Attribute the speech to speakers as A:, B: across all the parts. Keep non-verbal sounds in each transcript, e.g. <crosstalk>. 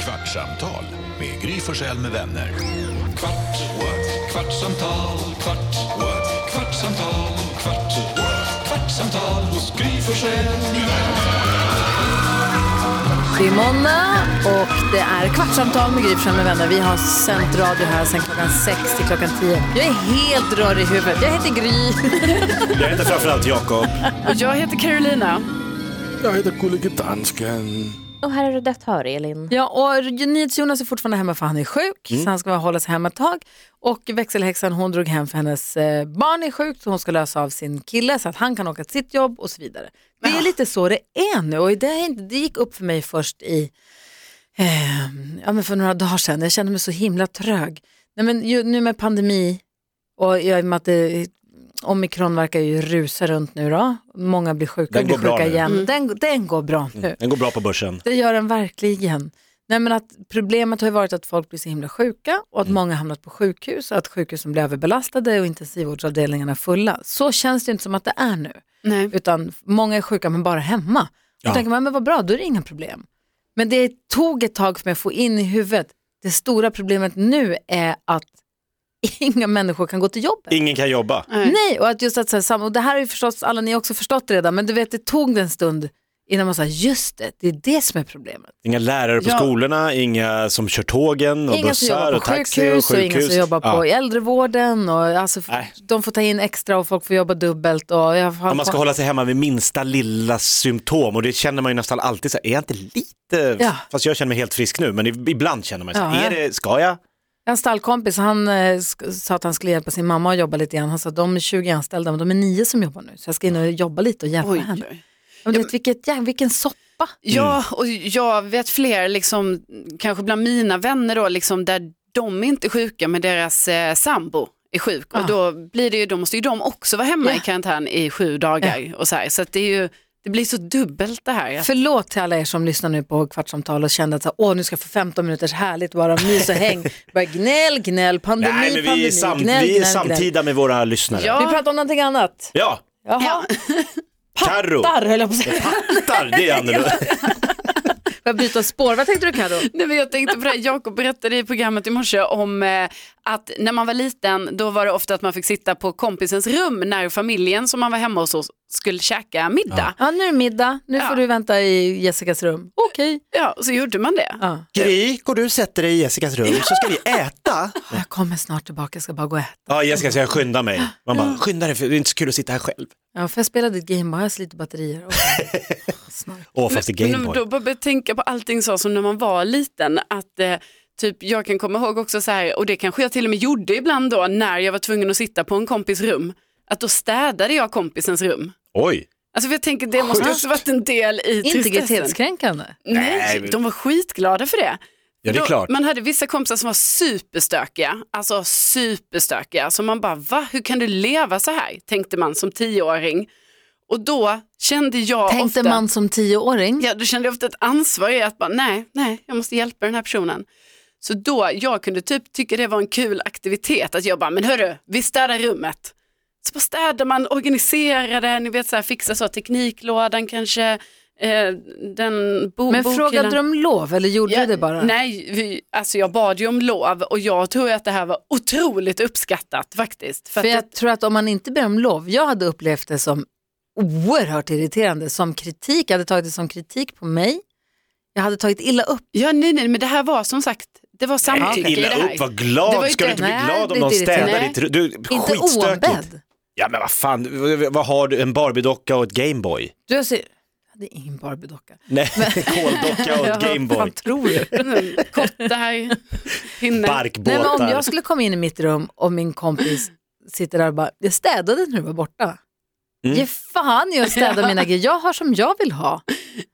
A: Kvartsamtal med Gry Forssell med vänner. Kvart, what? kvartsamtal, kvart, what? kvartsamtal, kvart, what? kvartsamtal hos Gry Forssell med vänner.
B: Det är måndag och det är kvartsamtal med Gry Forssell med vänner. Vi har sänt radio här sedan klockan sex till klockan tio. Jag är helt rörig i huvudet. Jag heter Gry.
C: Jag heter framförallt Jakob.
D: Och jag heter Carolina.
E: Jag heter Gullige Dansken.
F: Och här är du redaktör Elin.
B: Ja, och NyhetsJonas är fortfarande hemma för han är sjuk, så han ska bara hålla sig hemma ett tag. Och växelhäxan hon drog hem för hennes eh, barn är sjukt så hon ska lösa av sin kille så att han kan åka till sitt jobb och så vidare. Det är lite så det är nu och det, är inte, det gick upp för mig först i, eh, ja men för några dagar sedan, jag kände mig så himla trög. Nej men ju, nu med pandemi och i och med att det, omikron verkar ju rusa runt nu då, många blir sjuka,
C: Den
B: blir
C: går bra
B: sjuka
C: nu. Mm.
B: igen. Den, den går bra nu.
C: Den går bra på börsen.
B: Det gör den verkligen. Nej, men att problemet har ju varit att folk blir så himla sjuka och
C: Mm.
B: att många hamnat på sjukhus och att sjukhusen blir överbelastade och intensivvårdsavdelningarna fulla. Så känns det ju inte som att det är nu.
D: Nej.
B: Utan många är sjuka men bara hemma. Då
C: Ja.
B: tänker man, men vad bra, då är det inga problem. Men det tog ett tag för mig att få in i huvudet, det stora problemet nu är att <laughs> inga människor kan gå till jobbet.
C: Ingen kan jobba.
B: Nej, och att just att så här, sam- och det här har ju förstås alla ni också förstått redan, men du vet det tog en stund innan man sa just det, det är det som är problemet.
C: Inga lärare på
D: Ja.
C: skolorna, inga som kör tågen och
B: Inga som
C: bussar
B: jobbar på
C: och taxi
B: sjukhus
C: och
B: och
C: sjukhus.
B: inga som jobbar på
C: Ja.
B: äldrevården och alltså, f-
C: Nej.
B: de får ta in extra och folk får jobba dubbelt. Och jag har,
C: Om man ska hålla sig hemma vid minsta lilla symptom och det känner man ju nästan alltid så här, är jag inte lite,
B: Ja.
C: fast jag känner mig helt frisk nu, men i- ibland känner man så här,
B: Ja,
C: är det, ska jag?
B: Jag har en stallkompis han eh, sk- sa att han skulle hjälpa sin mamma att jobba lite grann. Han sa att de är 20 anställda men de är 9 som jobbar nu så jag ska in och jobba lite och hjälpa
D: Oj.
B: henne. Men du vet, vilket, jä- vilken soppa.
D: Ja, och jag vet fler, liksom, kanske bland mina vänner då, liksom, där de är inte är sjuka men deras eh, sambo är sjuk.
B: Ja.
D: Och då, blir det ju, då måste ju de också vara hemma
B: Ja.
D: i karantän i sju dagar. Och så här. så att det, är ju, det blir så dubbelt det här.
B: Förlåt till alla er som lyssnar nu på Kvartsamtal och kände att så, här, åh, nu ska jag få 15 minuters härligt bara mys och
C: <laughs>
B: häng. Bara gnäll, gnäll, pandemi,
C: Nej, men vi
B: pandemi,
C: är, sam,
B: gnäll,
C: vi är
B: gnäll, gnäll.
C: samtida med våra lyssnare. Ja,
D: Ja.
B: Vi pratar om någonting annat. Jaha,
C: Carro,
B: där höll jag på att säga.
C: pattar,
B: <laughs>
C: det är annorlunda.
B: Jag byta spår. Vad tänkte du Carro?
D: <laughs> Nej, men jag tänkte på det, här. Jakob berättade i programmet i morse om eh, att när man var liten då var det ofta att man fick sitta på kompisens rum när familjen som man var hemma hos skulle käka middag.
B: Ja, nu är det middag. Nu
D: Ja.
B: får du vänta i Jessicas rum. Okej.
D: Ja, så gjorde man det.
B: Ja.
C: Gry, går du och sätter dig i Jessicas rum så ska vi äta.
B: Jag kommer snart tillbaka, jag ska bara gå och äta.
C: Ja, Jessica säger skynda mig. Man bara, skynda dig för det är inte så kul att sitta här själv.
B: Ja, för jag spelade ett Gameboy, jag sliter batterier. <laughs> Okej. Snart.
C: Åh, fast det är
D: Men
C: Gameboy.
D: Då började jag tänka på allting så som när man var liten. Att eh, typ jag kan komma ihåg också så här, och det kanske jag till och med gjorde ibland då, när jag var tvungen att sitta på en kompis rum. Att då städade jag kompisens rum.
C: Oj.
D: Alltså för jag tänker det måste ju också varit en del i tristessen.
B: Integritetskränkande.
D: Nej,
C: men-
D: de var skitglada för det.
C: Ja, det är
D: Då-
C: klart.
D: Man hade vissa kompisar som var superstökiga, alltså superstökiga. Så man bara, va, hur kan du leva så här? Tänkte man som tioåring. Och då kände jag
B: Tänkte
D: ofta...
B: man som tioåring.
D: Ja, då kände jag ofta ett ansvar i att bara, nej, nej, jag måste hjälpa den här personen. Så då, jag kunde typ tycka det var en kul aktivitet, att jag bara, men hörru, vi städar rummet. Så bara städar man, organiserar det, ni vet så här, fixar så, tekniklådan kanske, eh, den bo-
B: Men
D: bokhyllan.
B: frågade du om lov eller gjorde
D: Ja,
B: du det bara?
D: Nej, vi, alltså jag bad ju om lov och jag tror att det här var otroligt uppskattat faktiskt. För
B: För
D: att
B: jag tror att om man inte ber om lov, jag hade upplevt det som oerhört irriterande, som kritik, jag hade tagit det som kritik på mig. Jag hade tagit illa upp.
D: det, ja, nej, nej, men det här var som sagt, det var samtycke i det
C: Illa
D: här.
C: upp, vad
D: Det var
C: glad.
D: ju
C: Ska du
D: inte-
C: inte bli
B: nej,
C: glad
B: det
C: om
B: är
C: någon
B: inte irriterande.
C: städar ditt rum? Du,
B: Inte
C: skitstökigt.
B: oombedd.
C: Ja men vad fan, vad- vad har du? En Barbie-docka och ett Gameboy?
B: Du har se- jag hade ingen Barbie-docka.
C: Nej, en
B: <laughs>
C: koldocka och ett Gameboy.
B: Vad tror du?
D: Mm,
C: <laughs>
D: kottar, pinnar.
B: Nej, men om
C: Barkbåtar.
B: jag skulle komma in i mitt rum och min kompis sitter där och bara, jag städade när du var borta.
C: Mm.
B: Ge fan i att städa mina grejer, jag har som jag vill ha.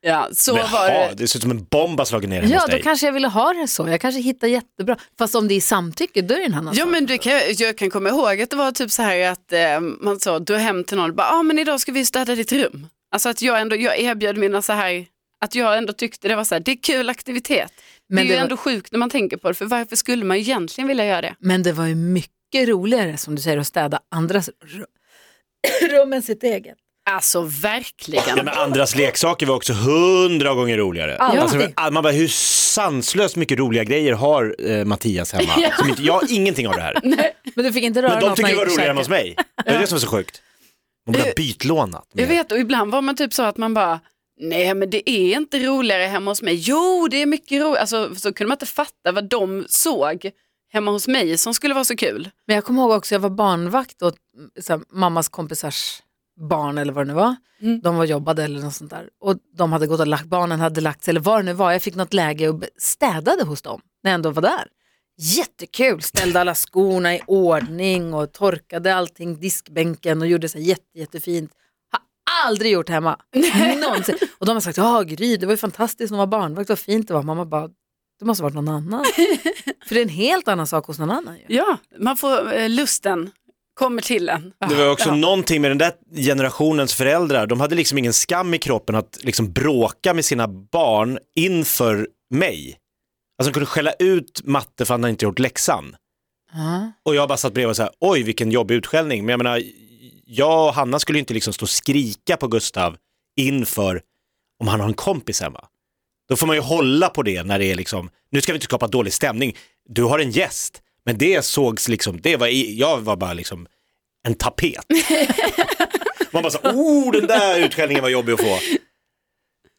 D: Ja, så
C: Men
D: var
C: jaha,
D: det.
C: det ser ut som en bomb har slagit ner hemma
B: Ja,
C: hos
B: då
C: dig.
B: kanske jag ville ha det så, jag kanske hittar jättebra. Fast om det är samtycke, då är det en annan
D: Ja,
B: sak.
D: men det kan, jag- jag kan komma ihåg att det var typ så här att eh, man sa, du är hem till någon, bara, ah, men idag ska vi städa ditt rum. Alltså att jag ändå, jag erbjöd mina så här, att jag ändå tyckte det var så här, det är kul aktivitet.
B: Men
D: det är
B: det
D: ju
B: var-
D: ändå sjukt när man tänker på det, för varför skulle man egentligen vilja göra det?
B: Men det var <coughs> ju mycket roligare som du säger att städa andras ru- rum än sitt eget.
D: Alltså verkligen.
C: Ja, men andras leksaker var också hundra gånger roligare.
B: Ja.
C: Alltså, man bara, hur sanslöst mycket roliga grejer har eh,
B: <laughs>
C: Mattias hemma? Som inte, jag har ingenting av det här.
B: Men du fick inte röra
C: Men de
B: något
C: tycker det
B: när
C: var
B: jag gick i
C: roligare än hos
B: köket.
C: mig. Det är det som är så sjukt. De blir bytlånat.
D: Jag
C: med.
D: vet och ibland var man typ så att man bara Nej men det är inte roligare hemma hos mig. Jo det är mycket roligt. Alltså, så kunde man inte fatta vad de såg hemma hos mig som skulle vara så kul.
B: Men jag kommer ihåg också, jag var barnvakt åt mm, så här, mammas kompisars barn eller vad det nu var. De var jobbade eller något sånt där. Och de hade gått och lagt, barnen hade lagt sig eller vad det nu var. Jag fick något läge och be- städade hos dem när jag ändå var där. Jättekul, ställde alla skorna i ordning och torkade allting, diskbänken och gjorde så här jätte, jättefint. Har aldrig gjort hemma, någonsin. Och de har sagt, ja Gry, det var ju fantastiskt när man var barnvakt, vad fint det var. Mamma bara, det måste ha varit någon annan. För det är en helt annan sak hos någon annan ju.
D: Ja, man får eh, lusten kommer till en.
C: Det var också någonting med den där generationens föräldrar, de hade liksom ingen skam i kroppen att liksom bråka med sina barn inför mig. Alltså de kunde skälla ut matte för att han inte gjort läxan.
B: Ja.
C: Och jag bara satt bredvid och så här, oj vilken jobbig utskällning. Men jag menar, jag och Hanna skulle ju inte liksom stå och skrika på Gustav inför om han har en kompis hemma. Då får man ju hålla på det när det är liksom, nu ska vi inte skapa dålig stämning, du har en gäst. Men det sågs liksom, det var, i- jag var bara liksom en tapet. man bara så här, oh den där utskällningen var jobbig att få.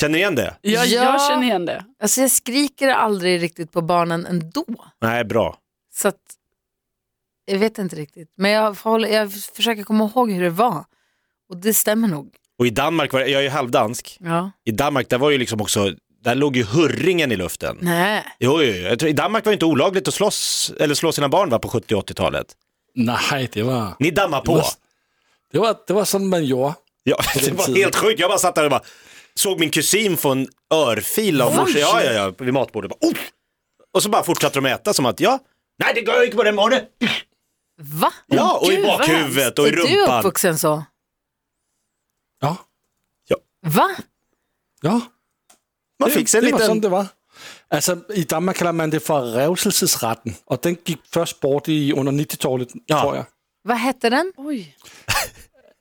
C: Känner ni igen det?
D: Jag,
B: Ja.
D: jag känner igen det.
B: Alltså jag skriker aldrig riktigt på barnen ändå.
C: Nej, bra.
B: Så att, jag vet inte riktigt. Men jag, håller, jag försöker komma ihåg hur det var. Och det stämmer nog.
C: Och i Danmark, var, jag är ju halvdansk,
B: Ja.
C: i Danmark där var ju liksom också, där låg ju hurringen i luften.
B: Nej.
C: Jo, jo, jo. Jag tror, I Danmark var det inte olagligt att slåss, eller slå sina barn va, på 70 och 80-talet.
E: Nej, det var,
C: Ni dammar
E: Det
C: på.
E: var- det var, det var sån man gjorde.
C: Ja, det var helt sjukt. Jag bara satt där och bara såg min kusin få en örfil av morsan. Ja, ja, ja, vid matbordet. Bara, oh! Och så bara fortsatte de äta som att, ja, nej det går inte på den morgonen.
B: Va?
C: Ja, och i
D: Gud, vad
C: bakhuvudet och i
B: är du
C: rumpan.
B: uppvuxen så?
E: Ja,
B: Va?
E: ja.
C: Man
E: det,
C: fick sig en
E: det var sådan
C: liten...
E: det var. Altså, i Danmark kalder man det for revselsesretten, og den gik først bort i under 90-tallet,
C: Ja.
E: tror jeg.
B: Vad hette den?
D: Oj.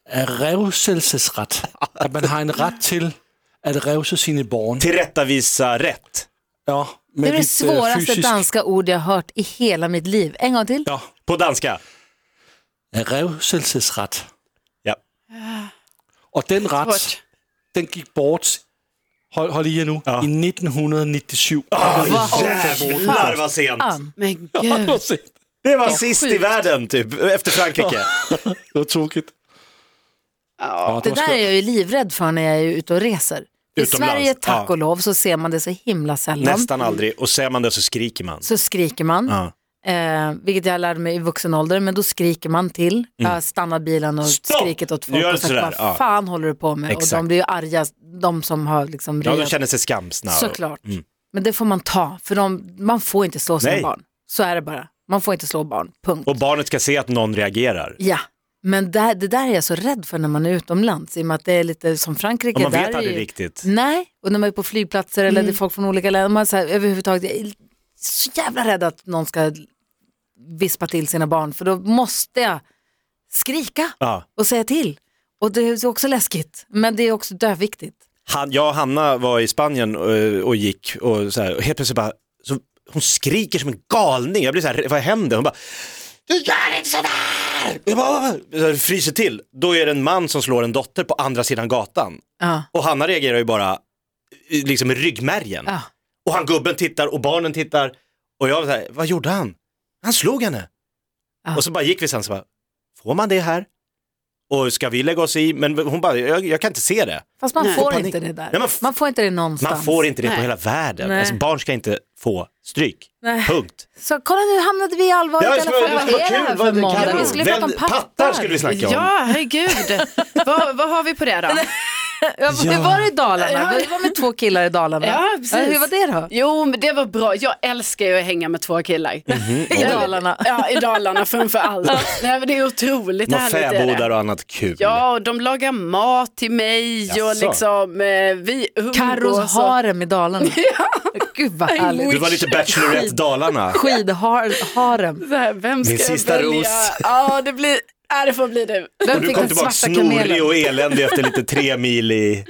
E: Af revselsesret, at man har en ret til at revse sine borgere.
C: Tillrättavisa rätt.
E: Ja,
B: Det
E: med
B: är det
C: eh,
E: lidt, øh,
B: svåraste
E: fysisk-
B: danska ord jag har hört i hela mitt liv. En gång till.
E: Ja,
C: På danska.
E: revselsesret.
C: Ja.
E: Og den ret,
D: Svårt.
E: den gik bort, hold, hold i jer nu,
C: Ja. Ah.
E: i 1997.
B: Vad
C: Jävlar vad sent.
B: fan?
D: Men <laughs> gud.
E: Prøv at se.
C: Det var sist i
D: sjukt.
C: världen typ, efter Frankrike.
E: Det var tokigt. Ja,
B: Det
E: var
B: där
E: skørt.
B: är jag ju livrädd för när jag är ute och reser. I
C: Utomlands,
B: Sverige, tack
C: ja.
B: och lov, så ser man det så himla sällan.
C: Nästan aldrig. Och ser man det så skriker man.
B: Så skriker man.
C: Ja.
B: Eh, vilket jag lärde mig i vuxen ålder, men då skriker man till. Jag stannar bilen och
C: Mm. Stopp!
B: skriker åt
C: Du
B: folk
C: gör
B: och
C: sådär,
B: säger vad
C: ja.
B: fan håller du på med? Och
C: Exakt.
B: de blir ju arga, de som har liksom
C: Ja, de
B: reat.
C: känner sig skamsna.
B: Såklart. Men det får man ta, för de, man får inte slå sina
C: Nej.
B: barn. Så är det bara. Man får inte slå barn, punkt.
C: Och barnet ska se att någon reagerar.
B: Ja, men där, det där är jag så rädd för när man är utomlands, i och med att det är lite som Frankrike.
C: Och man
B: där
C: vet
B: är
C: aldrig
B: ju-
C: riktigt.
B: Nej, och när man är på flygplatser eller det är folk från olika länder, man är så här, överhuvudtaget jag är så jävla rädd att någon ska vispa till sina barn, för då måste jag skrika
C: Ja.
B: och säga till. Och det är också läskigt, men det är också döviktigt.
C: Han, jag och Hanna var i Spanien eh, och, och gick och så här, och helt plötsligt bara, så, hon skriker som en galning. Jag blir så här, vad händer? Hon bara, du gör inte sådär! Jag bara, "Vad?" så här, fryser till. Då är det en man som slår en dotter på andra sidan gatan.
B: Ja.
C: Och Hanna reagerar ju bara, i- liksom i ryggmärgen.
B: Ja.
C: Och han gubben tittar och barnen tittar. Och jag var så här, vad gjorde han? Han slog henne.
B: Ja.
C: Och så bara gick vi sen så bara, får man det här? Och ska vi lägga oss i? Men hon bara, jag, jag kan inte se det.
B: Fast man
D: Nej.
B: får
C: Panik.
B: inte det där.
C: Nej, man
B: man,
C: f-
B: får inte det någonstans.
C: Man får inte det på
D: Nej.
C: hela världen.
B: Nej.
C: Alltså, barn ska inte få stryk.
B: Nej.
C: Punkt.
B: Så kolla nu hamnade vi i allvarligt i alla fall. Vad är det här för måndag? Vi skulle prata om pattar.
C: pattar skulle vi snacka om.
D: Ja, herregud. vad, vad har vi på <laughs> det då?
B: Ja, Hur var det i Dalarna? Vi var med två killar i Dalarna.
D: Ja, precis.
B: hur var det då?
D: Jo, men det var bra. Jag älskar ju att hänga med två killar.
C: Mhm.
D: <laughs>
B: I Dalarna.
D: Ja, i Dalarna framför allt. Nej, men det är otroligt
C: Man
D: härligt. är det.
C: fäbodar och annat kul.
D: Ja, och de lagar mat till mig och
C: Jaså?
D: liksom eh, vi umgås. och-
B: Carros harem i <laughs> Dalarna. Gud vad
C: Du
B: härligt.
C: var lite Bachelorette Dalarna.
B: Skidharem.
D: Så här, Vem ska
C: Min
D: jag
C: sista
D: välja?
C: ros.
D: Ja, det blir Ja, det får bli du.
B: Vem
C: Och du
B: fick
C: kom
B: den
C: tillbaka
B: svarta kamelen?
C: snorig och eländig efter lite tre mil i...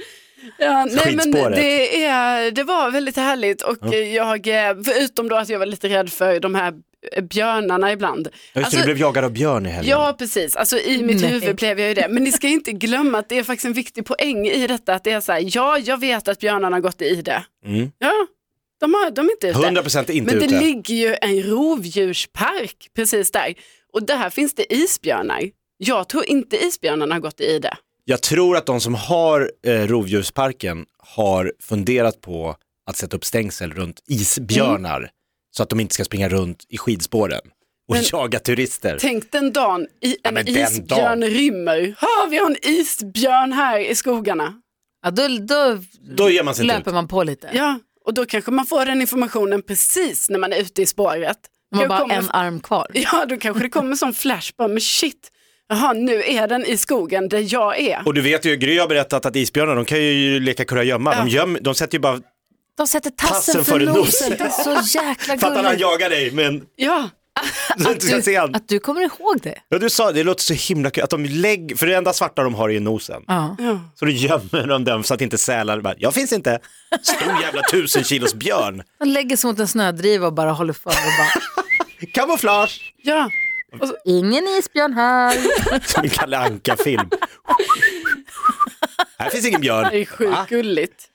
D: Ja, nej, men
C: Skitspåret.
D: det, är, det var väldigt härligt och eh, jag, eh, förutom då att jag var lite rädd för de här eh, björnarna ibland. Alltså,
C: jagad av björn i helgen.
D: Ja, precis. Alltså, I mitt
B: Nej.
D: huvud blev jag ju det. Men ni ska inte glömma att det är faktiskt en viktig poäng i detta. Att det är så här, ja, jag vet att björnarna har gått i det.
C: Mm.
D: Ja, de, har, de är inte ute.
C: 100% inte
D: Men det
C: ute.
D: ligger ju en rovdjurspark precis där. Och där finns det isbjörnar. Jag tror inte isbjörnarna har gått i det.
C: Jag tror att de som har eh, rovdjursparken har funderat på att sätta upp stängsel runt isbjörnar så att de inte ska springa runt i skidspåren och
D: Mm. Men-
C: jaga turister.
D: Tänk den dagen i, en
C: men den
D: isbjörn
C: dagen.
D: rymmer. Ha, vi har en isbjörn här i skogarna.
B: Ja, då, då,
C: Då ger man sig inte ut.
B: löper man på lite.
D: Ja, och då kanske man får den informationen precis när man är ute i spåret.
B: Man har
D: Jag
B: bara
D: kommer-
B: en arm kvar.
D: <laughs> Ja, då kanske det kommer som flash bara, men shit, jaha, nu är den i skogen där jag är.
C: Och du vet ju, Gry har berättat att isbjörnar de kan ju leka kurragömma. De, göm, de sätter ju bara,
B: De sätter
C: Tassen
B: tassen
C: före
B: för
C: nosen.
B: nosen. Det är så jäkla
C: fattar han
B: gulligt.
C: jagar dig men
D: Ja,
C: <laughs> du inte ska se han.
B: Att du kommer ihåg det.
C: Ja, du sa det, låter så himla kul, att de lägger, för det enda svarta de har är ju nosen.
B: Ja.
C: Så då gömmer de den så att inte sälar bara, jag finns inte. Stor jävla tusen kilos björn.
B: De lägger sig mot en snödriva och bara håller för. Och bara,
C: Kamouflage!
D: ja.
B: Ingen isbjörn här.
C: Som en Kalle Anka-film. här finns ingen
D: Det är
C: björn.
D: sjukt
C: Va?
D: gulligt.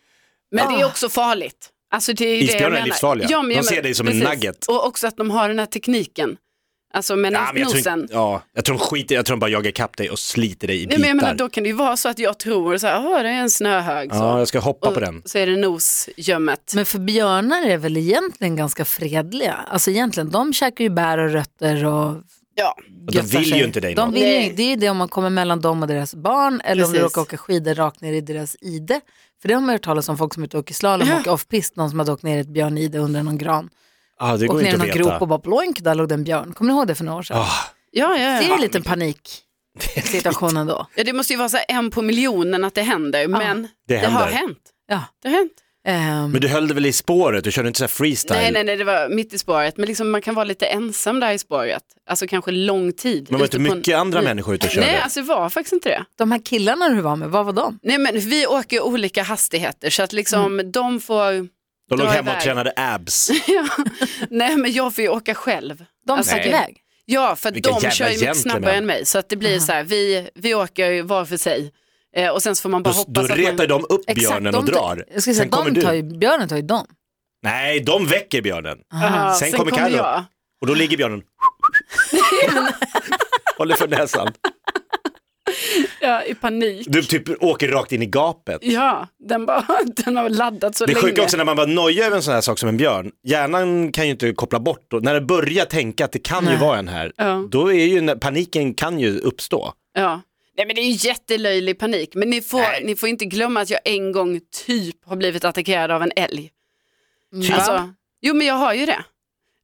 D: Men
B: Ah.
D: det är också farligt. Alltså det är ju det jag
C: Isbjörnar är
D: menar.
C: livsfarliga.
D: men
C: De
D: jag
C: ser
D: menar-
C: dig som en nugget.
D: Och också att de har den här tekniken. Alltså med
C: Ja, men jag, tror,
D: näsnosen.
C: inte- ja, jag tror de skiter jag tror de bara jagar kapp dig och sliter dig i
D: Nej, men jag menar,
C: bitar.
D: då kan det ju vara så att jag tror så här, "Åh, det är en snöhög. Så.
C: Ja, jag ska hoppa
D: och,
C: på den.
D: så är det nosgömmet.
B: Men för björnar är väl egentligen ganska fredliga. Alltså egentligen, de käkar ju bär och rötter och
D: Ja.
C: de
B: göttar
C: vill ju
B: sig.
C: inte dig
B: de
C: något.
B: vill
D: Nej.
B: ju, Det är ju det om man kommer mellan dem och deras barn eller om du
D: Precis.
B: råkar åka skidor rakt ner i deras ide. För det har man ju hört talas om folk som är ute och åker slalom och åker off-pist, någon som hade åkt ner i ett björnide under någon gran.
C: Ah, det
B: Och
C: går
B: ner i
C: inte
B: någon
C: att
B: grop och
C: veta.
B: bara ploink, där låg det en björn. Kommer ni ihåg det för några år sedan?
D: Ja, ja,
B: Det är ju
D: ja.
B: en liten
C: <laughs>
B: panik situation ändå.
D: ja, det måste ju vara så här en på miljonen att det händer, men det,
C: händer.
D: har hänt.
B: Ja.
D: Det har hänt.
B: Ehm,
C: Men du höll dig väl i spåret, du körde inte så här freestyle?
D: Nej, nej, nej, det var mitt i spåret. Men liksom, man kan vara lite ensam där i spåret. Alltså kanske lång tid.
C: Men var
D: ute
C: inte
D: på en-
C: mycket andra människor ute och körde?
D: Nej, alltså det var faktiskt inte det.
B: de här killarna du var med, vad var de?
D: Nej, men vi åker i olika hastigheter så att liksom
B: Mm.
D: de får...
C: de låg
D: dra
C: hemma och
D: iväg.
C: tränade abs.
D: Nej, men jag får ju åka själv.
B: De
D: Alltså,
B: stack
D: det-
B: iväg.
D: Ja, för att
C: Vilka
D: de
C: jävla Ah.
D: kör ju mycket
C: gentlemen.
D: snabbare än mig. Så att det blir så här, vi, vi åker ju var för sig. Eh, och sen så får man bara
C: Då, då
D: hoppas att
C: retar
D: man...
C: de upp
B: Exakt,
C: björnen
B: de
C: och
B: tar-
C: drar.
B: Jag skulle säga,
C: Sen kommer
B: de tar ju,
C: du.
B: björnen tar ju dem.
C: Nej, de väcker björnen.
D: Ja,
C: Sen kommer Carro.
D: jag.
C: Och då
D: <laughs>
C: ligger björnen. Håller för näsan.
D: Ja, i panik.
C: Du typ åker rakt in i gapet.
D: Ja, den, bara, <laughs> den har laddat så
C: Det är
D: länge.
C: sjuka också när man bara nojar över en sån här sak som en björn. Hjärnan kan ju inte koppla bort. Och när den börjar tänka att det kan ju vara en här,
D: Ja.
C: då är ju när- paniken kan ju uppstå.
D: Ja. Nej men det är ju jättelöjlig panik. Men ni får, ni får inte glömma att jag en gång typ har blivit attackerad av en älg.
C: Typ?
D: Alltså, jo men jag har ju det.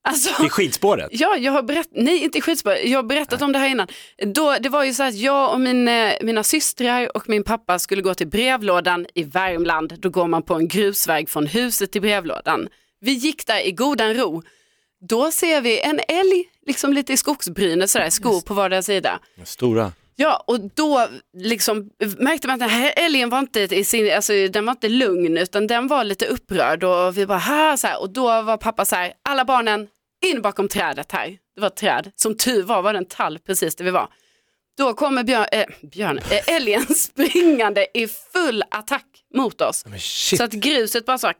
D: Alltså,
B: <laughs>
C: I skidspåret.
D: ja, jag har berättat, nej inte i skidspår, jag har berättat om det här innan. Då, det var ju så att jag och min, eh, mina systrar och min pappa skulle gå till brevlådan i Värmland. Då går man på en grusväg från huset till brevlådan. Vi gick där i godan ro. Då ser vi en älg, liksom lite i skogsbrynet sådär, skor på vardera sida.
C: Stora.
D: Ja, och då liksom märkte man att den här älgen var inte, i sin, alltså, den var inte lugn utan den var lite upprörd och vi bara här så här och då var pappa så här, alla barnen in bakom trädet här. Det var ett träd, som tur var var det en tall precis där vi var. Då kommer björn, eh, björn, eh, älgen <laughs> springande i full attack mot oss.
C: Men shit.
D: Så att gruset bara så här,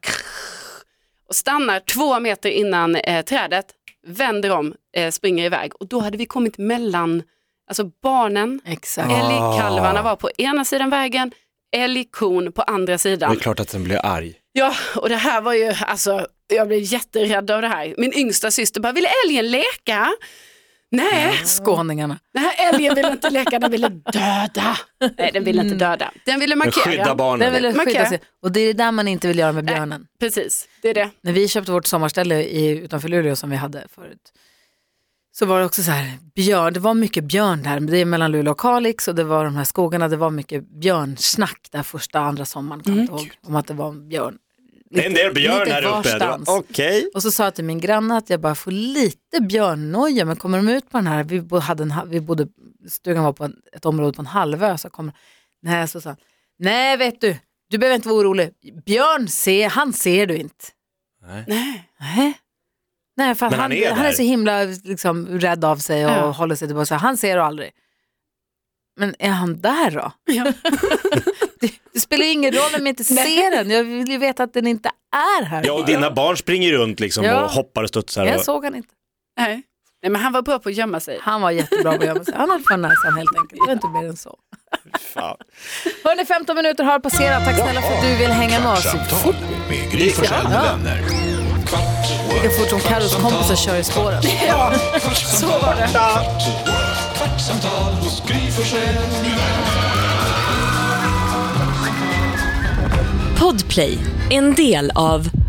D: och stannar två meter innan eh, trädet, vänder om, eh, springer iväg och då hade vi kommit mellan, alltså barnen,
B: Exakt.
D: älgkalvarna var på ena sidan vägen, älgkon på andra
C: Det är
D: sidan.
C: klart att den blir arg.
D: Ja, och det här var ju, alltså jag blev jätterädd av det här. Min yngsta syster bara, vill älgen leka? Nej,
B: Skåningarna.
D: den här älgen ville inte leka, den ville döda. Nej, den ville inte döda. Den ville
C: Men
D: markera.
C: skydda barnen.
B: Den ville
D: Man
B: skydda
D: kan.
B: sig. Och det är det där man inte vill göra med björnen.
D: Precis, det är det.
B: När vi köpte vårt sommarställe i, utanför Luleå som vi hade förut. Så var det också så här, björn, det var mycket björn där. Det är mellan Luleå och Kalix och det var de här skogarna. Det var mycket björnsnack där första, andra sommaren. Kommer jag inte ihåg, om att det var en björn.
C: en del björn
B: Mm. lite
C: här uppe.
B: varstans.
C: Okej.
B: Och så sa jag till min granne att jag bara får lite björnnoja, men kommer de ut på den här, vi, bo, hade en, ha- vi bodde, stugan var på en, ett område på en halvö, så kommer nej, så sa han, nej vet du, du behöver inte vara orolig, björn ser, han ser du inte.
D: Nej.
B: Nej. Nej, för att
C: Men
B: han,
C: han
B: han,
C: är
B: är
C: där.
B: så himla liksom, rädd av sig och
D: Ja.
B: håller sig tillbaka, så han ser du aldrig. Men är han där då?
D: Ja.
B: <laughs> Det spelar ju ingen roll om jag inte ser den, jag vill ju veta att den inte är här.
C: Ja, och dina barn springer runt liksom
B: Ja.
C: och hoppar och studsar.
B: jag
C: och-
B: såg han inte.
D: Nej. Nej, men han var bra på att gömma sig.
B: Han var jättebra på att gömma sig. Han höll för näsan helt enkelt. Det var inte mer än så.
C: Fan.
B: Hörni, 15 minuter har passerat. Tack snälla för att du vill hänga med oss.
A: Kvartsamtal med Gry Forssell med
B: Ja.
A: vänner. Kvart,
B: Lika fort som Carros kompisar kör i spåren.
A: så var det. Kvartsamtal hos Gry Forssell med vänner.
G: Podplay, en del av